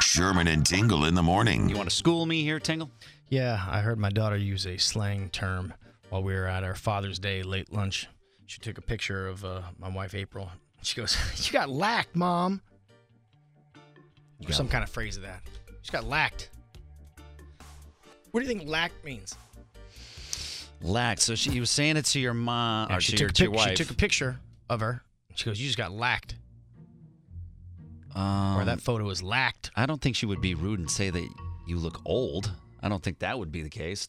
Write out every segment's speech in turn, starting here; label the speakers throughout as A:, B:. A: Sherman and Tingle in the morning.
B: You want to school me here, Tingle?
C: Yeah, I heard my daughter use a slang term while we were at our Father's Day late lunch. She took a picture of uh, my wife April. She goes, "You got lacked, mom." Or some kind of phrase of that. She got lacked. What do you think lacked means?
B: Lacked. So she, he was saying it to your mom
C: Yeah,
B: or
C: she,
B: Uh, to
C: took
B: your,
C: a
B: to your
C: pic- she
B: wife.
C: took a picture of her. She goes, "You just got lacked,"
B: um,
C: or that photo was lacked.
B: I don't think she would be rude and say that you look old. I don't think that would be the case.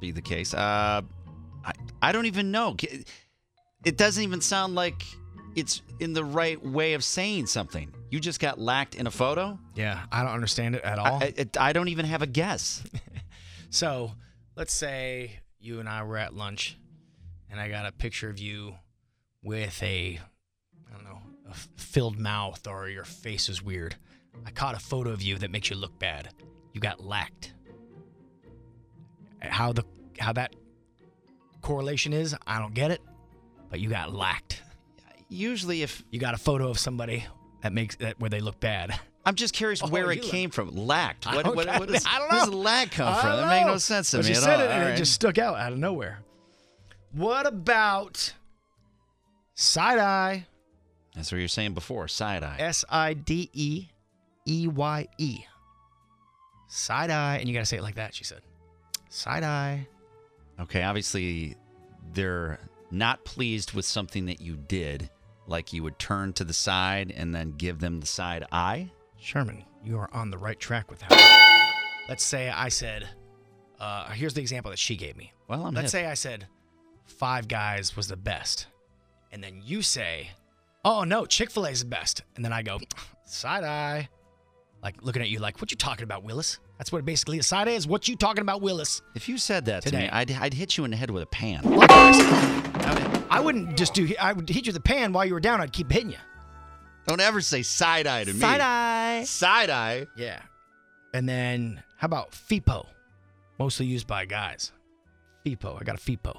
B: Be the case. Uh, I I don't even know. K- It doesn't even sound like it's in the right way of saying something. You just got lacked in a photo.
C: Yeah, I don't understand it at
B: I,
C: all.
B: I, it- I don't even have a guess.
C: So let's say you and I were at lunch, and I got a picture of you with a, I don't know, a f- filled mouth or your face is weird. I caught a photo of you that makes you look bad. You got lacked. How the how that correlation is, I don't get it, but you got lacked.
B: Usually, if
C: You got a photo of somebody that makes that where they look bad.
B: I'm just curious
C: Oh,
B: where it
C: you look-
B: came from. Lacked.
C: I
B: What,
C: don't
B: what,
C: got
B: what
C: it.
B: is,
C: I don't
B: Where does
C: know.
B: lack come
C: I
B: from?
C: don't
B: That made
C: know.
B: no sense to
C: But
B: me
C: she
B: at
C: said
B: all.
C: it and
B: All
C: it
B: right.
C: just stuck out out of nowhere. What about side eye?
B: That's what you were saying before. Side eye.
C: S I D E E Y E. Side eye, and you gotta say it like that. She said, side eye.
B: Okay, obviously they're not pleased with something that you did, like you would turn to the side and then give them the side eye.
C: Sherman, you are on the right track with that. Let's say I said, uh, here's the example that she gave me.
B: Well, I'm
C: Let's
B: hip.
C: say I said, Five Guys was the best. And then you say, Oh, no, Chick fil A is the best. And then I go, Side eye. Like looking at you, like, What you talking about, Willis? That's what basically a side eye is. What you talking about, Willis?
B: if you said that to me,
C: Today.
B: I'd, I'd hit you in the head with a pan. I would-
C: I wouldn't just do, I would hit you with the pan while you were down. I'd keep hitting you.
B: don't ever say side eye to me.
C: eye.
B: Side eye.
C: Yeah. And then how about FIPO? Mostly used by guys. FIPO. I got a FIPO.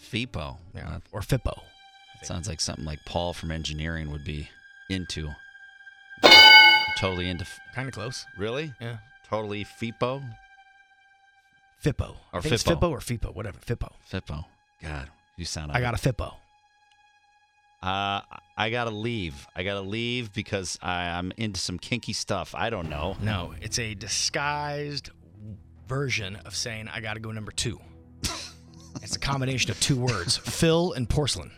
B: FIPO.
C: Yeah.
B: That
C: Or FIPO.
B: sounds like something like Paul from engineering would be into. totally into. f-
C: Kind of close.
B: Really?
C: Yeah.
B: Totally FIPO?
C: FIPO.
B: Or
C: I think it's
B: Fippo.
C: FIPO or FIPO, whatever. FIPO.
B: FIPO. God, you sound
C: I got a Fippo.
B: Uh, I gotta leave. I gotta leave because I, I'm into some kinky stuff. I don't know.
C: No, it's a disguised version of saying I gotta go number two. it's a combination of two words, Phil and porcelain.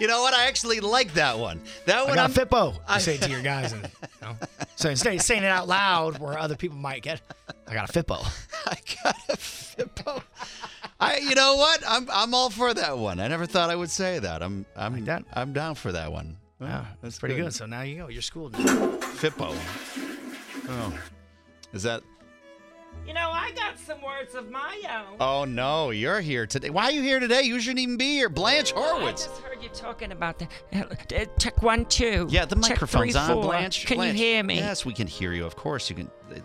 B: You know what? I actually like that one. That
C: I
B: one. I'm,
C: got a Fippo. You say it to your guys, and you know. so instead of saying it out loud where other people might get, I got a Fippo.
B: I got a Fippo. I. You know what? I'm. I'm all for that one. I never thought I would say that. I'm. I'm.
C: Like that?
B: I'm down for that one. Well,
C: Yeah, that's pretty good. So now you go. You're schooled.
B: Fippo. Oh, is that?
D: You know, I got some words of my own.
B: Oh no, you're here today. Why are you here today? You shouldn't even be here, Blanche
D: I
B: Horowitz.
D: just heard you talking about the uh, check one two.
B: Yeah, the
D: check
B: microphone's
D: three,
B: on,
D: four.
B: Blanche.
D: Can
B: Blanche.
D: you hear me?
B: Yes, we can hear you. Of course, you can. Uh,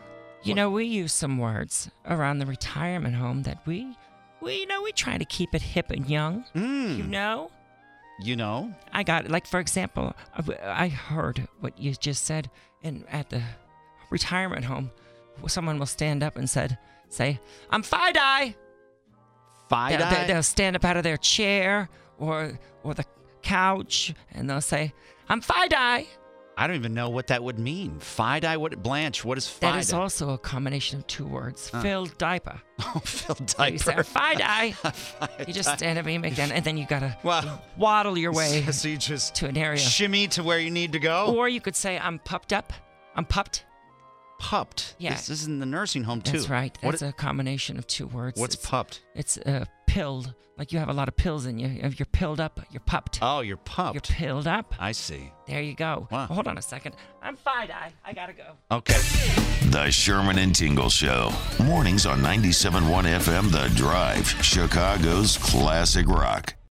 D: You know, we use some words around the retirement home that we, we you know, we try to keep it hip and young.
B: Mm,
D: You know,
B: you know.
D: I got like for example, I w- I heard what you just said, and at the retirement home, someone will stand up and said, say, "I'm five eye."
B: Five
D: they'll,
B: eye.
D: they, will stand up out of their chair or or the couch and they'll say, "I'm fide eye."
B: I don't even know what that would mean. Fide eye. What Blanche? What is fide?
D: That is also a combination of two words: filled diaper.
B: Oh, Phil
D: So you say
B: diaper.
D: fide eye.
B: Fide
D: You just stand up and make that, and then you gotta
B: Wow.
D: waddle your way
B: So you just
D: to an area.
B: shimmy to where you need to go.
D: Or you could say, "I'm pupped up. I'm pupped."
B: pupped.
D: Yeah.
B: This isn't the nursing home too.
D: That's right.
B: What
D: That's a combination of two words.
B: what's
D: it's,
B: pupped?
D: It's uh, pilled. Like you have a lot of pills in you. If You're pilled up. You're pupped.
B: Oh, you're pupped.
D: You're pilled up.
B: I see.
D: There you go.
B: Wow.
D: Hold on a second. I'm fine. I I gotta go.
B: Okay.
A: The Sherman and Tingle Show. Mornings on 97.1 FM The Drive, Chicago's classic rock.